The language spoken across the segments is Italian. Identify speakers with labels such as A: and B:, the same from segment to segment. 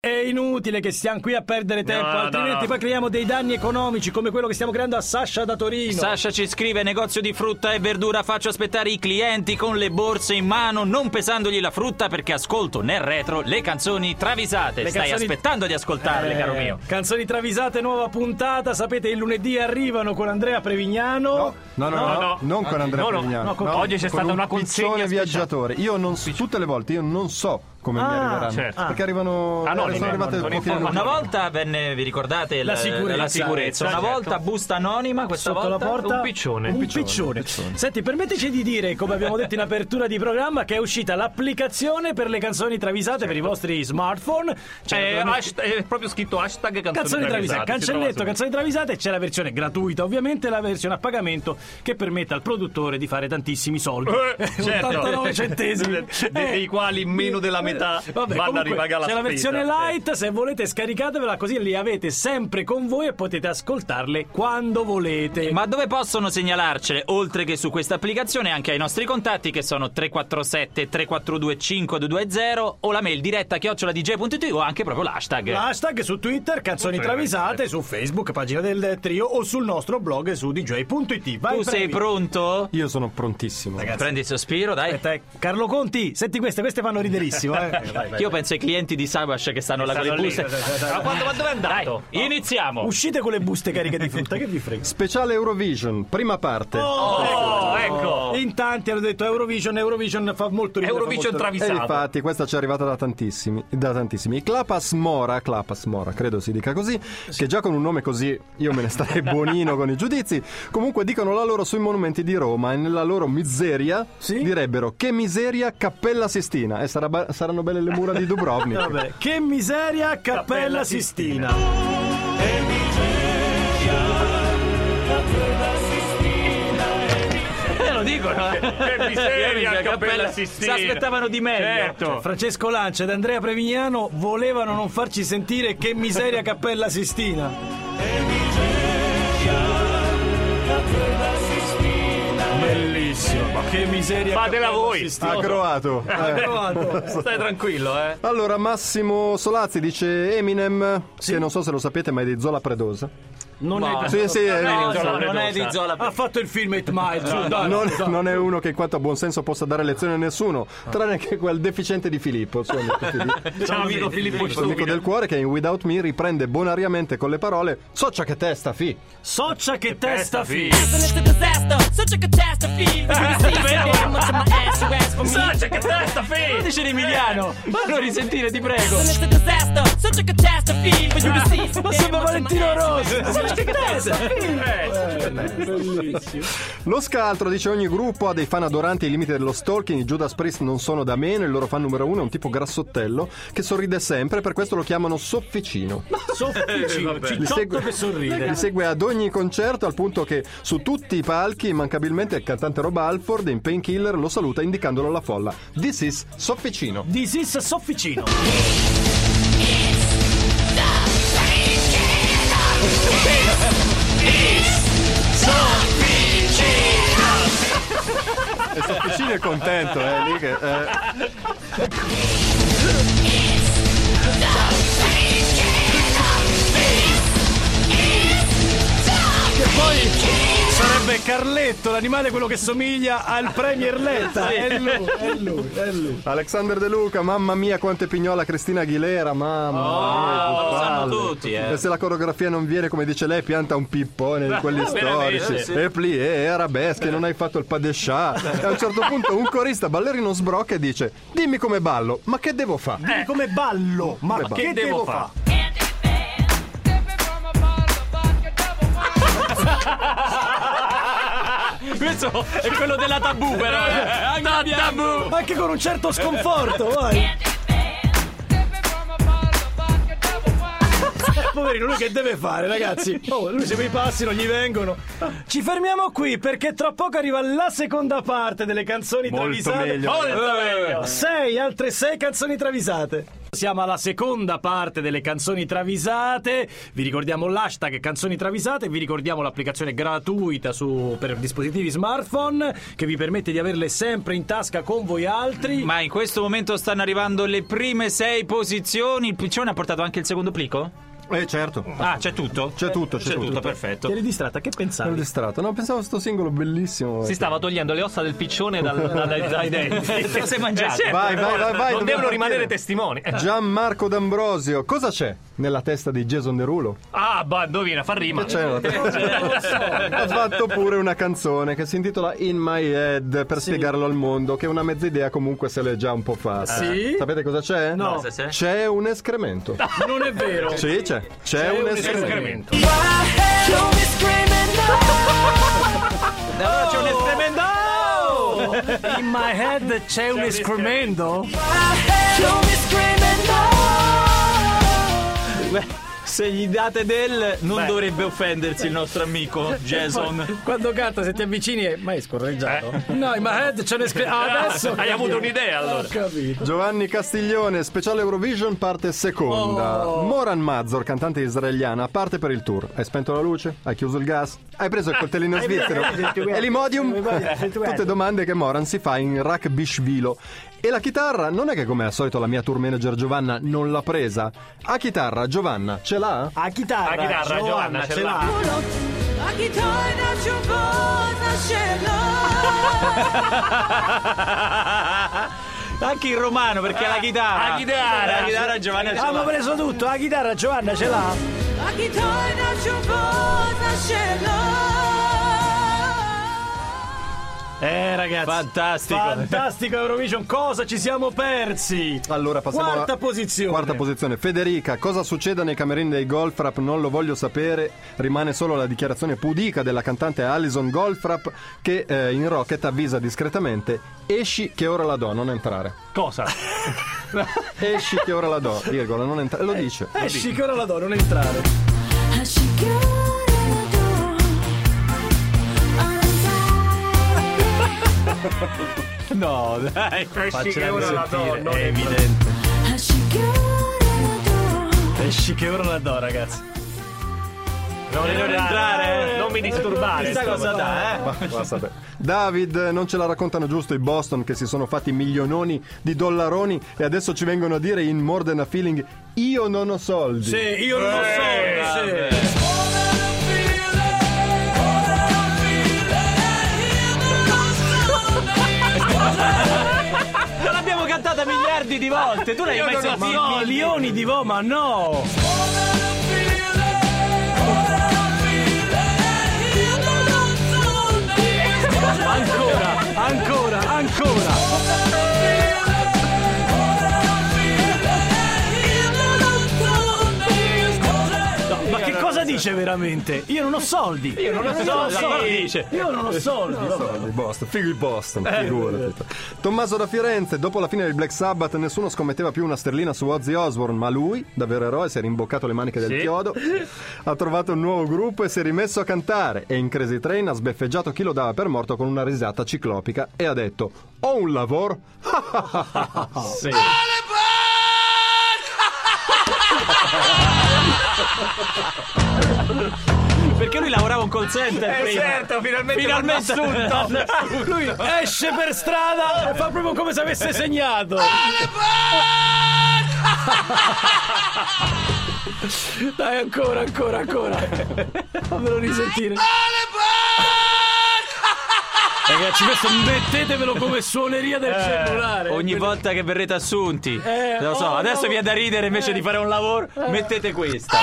A: È inutile che stiamo qui a perdere tempo,
B: no,
A: altrimenti
B: no.
A: poi creiamo dei danni economici come quello che stiamo creando a Sasha da Torino.
C: Sasha ci scrive negozio di frutta e verdura, faccio aspettare i clienti con le borse in mano, non pesandogli la frutta perché ascolto nel retro le canzoni travisate.
A: Le
C: Stai
A: canzoni-
C: aspettando di ascoltarle,
A: Eh,
C: caro mio.
A: Canzoni travisate, nuova puntata. Sapete, il lunedì arrivano con Andrea Prevignano.
D: No, no, no,
B: No, no.
D: non con Andrea
B: No, no,
D: Prevignano.
A: no, con-
B: oggi c'è
D: con
B: stata
D: un
B: una consegna
D: piccione
B: speciale.
D: viaggiatore. Io non so, tutte le volte io non so come mi
A: Ah,
D: arriveranno.
B: certo.
D: Perché arrivano. eh,
B: Anonime,
D: sono arrivate
B: con
D: poche
B: informazioni.
D: minuti.
C: Una volta venne, vi ricordate,
A: La sicurezza. eh,
C: sicurezza. Una
B: Certo.
C: volta busta anonima, questa
A: Sotto la
C: volta
A: porta
B: un piccione.
A: Un
B: Un
A: piccione. Senti, permetteci di dire, come abbiamo detto in apertura di programma, che è uscita l'applicazione per le canzoni travisate per i vostri smartphone.
C: Cioè,
A: C'è
B: Eh,
A: naturalmente-
B: hashtag- è proprio scritto hashtag canzoni,
A: Canzoni travisate,
B: si trova
A: cancelletto,
B: su-
A: canzoni travisate, c'è la versione gratuita, ovviamente e la versione a pagamento che permette al produttore di fare tantissimi soldi.
B: Eh, certo.
A: 89 centesimi. Eh,
B: De- dei
C: Eh.
B: quali meno della metà
A: Vabbè,
B: vanno a
A: comunque,
B: ripagare la
A: C'è la
B: spesa.
A: versione light, se volete scaricatevela così li avete sempre con voi e potete ascoltarle quando volete.
C: Ma dove possono segnalarcele, oltre che su questa applicazione, anche ai nostri contatti che sono 347 342 5220 o la mail diretta chioccioladj.it o anche proprio l'hashtag.
A: Hashtag su Twitter, canzoni travisate, su Facebook, pagina del trio o sul nostro blog su dj.it. Vai
C: tu sei
A: bravi.
C: pronto?
D: Io sono prontissimo.
C: Prendi il sospiro, dai.
A: Aspetta, eh. Carlo Conti, senti queste, queste fanno riderissimo. Eh. Vai, vai.
C: Io penso ai clienti di Sabash che stanno là con le
B: Stanno lì.
C: buste.
A: eh,
B: Ma quando, ma dove è andato?
C: Iniziamo.
A: Uscite con le buste cariche di frutta, che vi frega.
D: Speciale Eurovision, prima parte.
B: Oh, ecco.
A: In tanti hanno detto Eurovision, Eurovision fa molto ridere. fa
B: Eurovision
A: molto ridere.
D: E
B: travisato.
D: infatti questa ci è arrivata da tantissimi, da tantissimi. I Clapas Mora, Clapas Mora, credo si dica così, che già con un nome così io me ne starei buonino con i giudizi, comunque dicono la loro sui monumenti di Roma e nella loro miseria
A: Sì?
D: direbbero che miseria Cappella Sistina e sarà ba- saranno belle le mura di Dubrovnik.
A: Vabbè, che miseria, Cappella
B: Cappella
A: Sistina.
C: Eh, lo dicono. eh.
B: Che miseria,
C: Cappella
B: Cappella
C: Si
B: Sistina.
C: aspettavano di meglio. Cioè,
B: Certo.
A: Cioè, Francesco Lancia ed Andrea Prevignano volevano non farci sentire che miseria, Cappella Sistina. Bellissimo, ma che miseria.
B: Fatela
A: Cappella
B: voi.
A: Sistina.
D: A Croato.
A: Ha
D: eh.
A: provato.
B: Stai tranquillo, eh.
D: Allora Massimo Solazzi dice Eminem, che non so se lo sapete ma è di Zola Predosa.
A: Non è
D: Sì, sì,
C: Ah, No,
D: è-
C: no,
B: Zola
C: non è
B: Predosa.
C: di Zola.
A: Ha fatto il film 8 Mile, su, dai.
D: Non, non è uno che in quanto a buon senso possa dare lezione a nessuno, tranne che quel deficiente di Filippo, il suo amico Filippo.
B: Ciao amico Filippo
D: Il suo amico
B: Stupido.
D: del cuore che in Without Me riprende bonariamente con le parole Soccia che testa, fi!
A: Soccia che
B: Eh,
A: testa fi.
E: It's a disaster, such a catastrophe. You can see so how much of my ass you ask for me.
B: Saccia che testa fi!
C: Dice di Emiliano. Vanno a risentire, ti prego.
E: It's a disaster, such a catastrophe. But you can see so
A: Ma sembra
E: damn much of
A: Valentino
E: my ass
A: Rose.
E: you ask for me.
A: Soccia che testa.
B: Eh,
D: Lo scaltro dice ogni gruppo ha dei fan adoranti ai limiti dello stalking, i Judas Priest non sono da meno, il loro fan numero uno è un tipo grassottello che sorride sempre, per questo lo chiamano Sofficino.
A: Sofficino, cicciotto che
D: li
A: sorride.
D: segue ad ogni concerto al punto che su tutti i palchi immancabilmente il cantante Rob Alford in Painkiller lo saluta indicandolo alla folla. This is Sofficino.
A: This is Sofficino.
D: E Sofficino è contento, eh, lì che, eh.
A: Sarebbe Carletto, l'animale quello che somiglia al Premier Letta. È lui, è lui, è lui.
D: Alexander De Luca, mamma mia quanto è pignola Cristina Aguilera, mamma mia, che
C: lo sanno
D: palle.
C: tutti, eh.
D: E se la coreografia non viene come dice lei, pianta un pippone di quelli
B: Veramente,
D: storici.
B: sì.
D: E plié, e arabesche, non hai fatto il pas de chat. E a un certo punto un corista ballerino sbrocca e dice "Dimmi come ballo, ma che devo fare?"
A: Dimmi come ballo, ma
D: Come
A: che
D: ballo.
A: devo
B: devo
A: fare?
C: Questo è quello della tabù, però. eh. Anche la mia-
A: Anche con un certo sconforto, vai. Poverino, lui che deve fare, ragazzi? Oh, lui se quei passi non gli vengono. Ci fermiamo qui perché tra poco arriva la seconda parte delle canzoni
D: Molto
A: travisate.
D: meglio.
B: Molto
C: Eh.
B: meglio.
A: Sei, altre sei canzoni travisate. Siamo alla seconda parte delle canzoni travisate. Vi ricordiamo l'hashtag canzoni travisate. Vi ricordiamo l'applicazione gratuita su- per dispositivi smartphone che vi permette di averle sempre in tasca con voi altri.
C: Ma in questo momento stanno arrivando le prime sei posizioni. Il piccione ha portato anche il secondo plico?
D: Eh, certo.
C: Ah, c'è tutto?
D: C'è tutto, c'è
C: C'è tutto,
D: tutto.
A: Ti
C: perfetto.
A: eri distratta, che
D: Ero
A: pensavi?
D: distratto. No, pensavo a sto singolo bellissimo.
F: Si stava togliendo le ossa del piccione dal- dal- dai, dai denti.
C: Che sei mangiato?
D: Vai, vai, vai, vai.
F: non
D: dobbiamo
F: devono rimanere
D: partire.
F: testimoni. Eh.
D: Gianmarco D'Ambrosio, cosa c'è nella testa di Jason Derulo?
F: Ah, bah, indovina, fa rima.
D: C'è una Ha fatto pure una canzone che si intitola In My Head per spiegarlo al mondo, che è una mezza idea comunque se l'è già un po' fatta.
A: Sì?
D: Sapete cosa c'è?
A: No.
C: Cosa c'è?
D: C'è un escremento.
A: Non è vero.
D: Sì, c'è. C'è, un, escremento.
F: Escremento.
C: Allora c'è un estremendo.
A: In my head c'è un escremento?
C: Se gli date del, non dovrebbe offendersi il nostro amico Jason.
A: Quando canta, se ti avvicini, è mai scorreggiato. Eh. No, in my head c'è un escremento. adesso.
F: Hai avuto un'idea allora?
A: Capito.
D: Giovanni Castiglione, speciale Eurovision, parte seconda. Moran Mazur, cantante israeliana, parte per il tour. Hai spento la luce? Hai chiuso il gas? Ah, Hai preso il coltellino svizzero? E l'imodium? Tutte domande che Moran si fa in rack bishvilo. E la chitarra? Non è che come al solito la mia tour manager Giovanna non l'ha presa. A chitarra, Giovanna, ce l'ha?
A: A chitarra.
F: A chitarra, Giovanna, ce l'ha.
C: Anche in romano perché ha la chitarra.
F: la chitarra.
C: La chitarra Giovanni ce
A: Abbiamo
C: l'ha.
A: preso tutto, la chitarra Giovanna ce l'ha. Eh ragazzi,
C: Fantastico.
A: fantastico Eurovision, cosa ci siamo persi?
D: Allora passiamo alla-
A: Quarta posizione.
D: Quarta posizione, Federica, cosa succede nei camerini dei Golfrap non lo voglio sapere, rimane solo la dichiarazione pudica della cantante Alison Golfrap che eh, in Rocket avvisa discretamente esci che ora la do, non entrare.
F: Cosa?
D: Esci che ora la do, virgola, non entrare, lo dice.
A: Esci che ora la do, non entrare.
C: No,
B: Eh,
C: dai.
F: Esci che ora la do, non
A: è evidente. Esci che ora la do, ragazzi.
F: Non
C: non entrare.
F: Non mi disturbare.
A: Chissà cosa dà, eh.
D: Basta, beh. David, non ce la raccontano giusto i Boston che si sono fatti miliononi di dollaroni e adesso ci vengono a dire in More Than a Feeling io non ho soldi.
A: Sì, io non lo so. sì.
C: L'abbiamo cantata miliardi di volte. Tu l'hai mai sentita?
A: Ma milioni di vo, ma no! Ancora, ancora, ancora! Ma che cosa dice veramente? Io non ho soldi! Io non ho soldi! Io non ho soldi!
D: Di Boston, figo il Boston, figurati. Tommaso da Firenze, dopo la fine del Black Sabbath nessuno scommetteva più una sterlina su Ozzy Osbourne, ma lui, da vero eroe, si è rimboccato le maniche del chiodo, ha trovato un nuovo gruppo e si è rimesso a cantare e in Crazy Train ha sbeffeggiato chi lo dava per morto con una risata ciclopica e ha detto ho un lavoro?
C: Perché lui lavorava un call center
F: Eh
C: prima.
F: certo, finalmente.
C: Finalmente
A: Lui esce per strada e fa proprio come se avesse segnato! Dai, ancora, ancora, ancora! Fammelo risentire! Ragazzi, questo Cioè, mettetevelo come suoneria del cellulare!
C: Eh, Ogni volta che verrete assunti,
A: Eh,
C: lo so,
A: oh,
C: adesso
A: no.
C: vi è da ridere invece di fare un lavoro, mettete questa.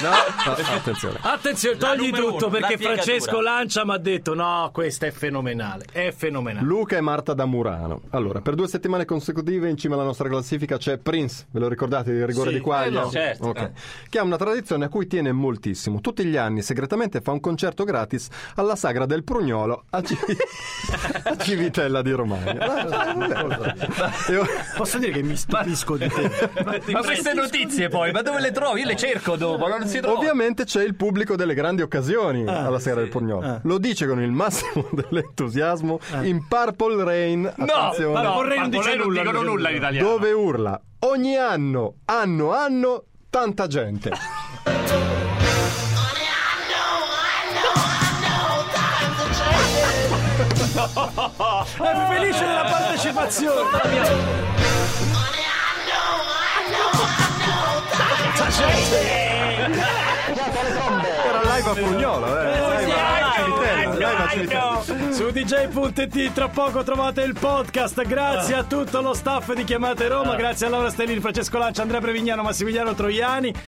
D: No, ah, attenzione.
A: Attenzione, togli
C: numero
A: tutto
C: uno, la
A: perché
C: piegatura.
A: Francesco Lancia mi ha detto: No, questa è fenomenale. È fenomenale.
D: Luca e Marta da Murano. Allora, per due settimane consecutive in cima alla nostra classifica c'è Prince, ve lo ricordate il rigore di Quaglia?
C: certo.
D: Ok. Che ha una tradizione a cui tiene moltissimo. Tutti gli anni segretamente fa un concerto gratis alla sagra del Prugno spagnolo a, Civi- a Civitella di Romagna. Ah, vabbè. E o-
A: Posso dire che mi stupisco di te.
B: Ma queste notizie poi, ma dove le trovi? Io le cerco dopo, ma non si Ah, trovano.
D: Ovviamente c'è il pubblico delle grandi occasioni alla sera del Porgnolo. Lo dice con il massimo dell'entusiasmo in Purple Rain. attenzione.
A: Ma
B: Ah. No,
A: vorrei
B: ma
A: non dice
B: vorrei non
A: nulla, non dice
B: dicono nulla in
A: nulla.
B: italiano.
D: dove urla ogni anno, anno, anno, tanta gente.
A: È felice della partecipazione.
D: Era live a Pugnolo, eh. Live a Civitella, live a Civitella.
A: Su DJ.it tra poco trovate il podcast. Grazie
C: Eh.
A: a tutto lo staff di Chiamate Roma, grazie a Laura Stellini, Francesco Lancia, Andrea Prevignano, Massimiliano Troiani.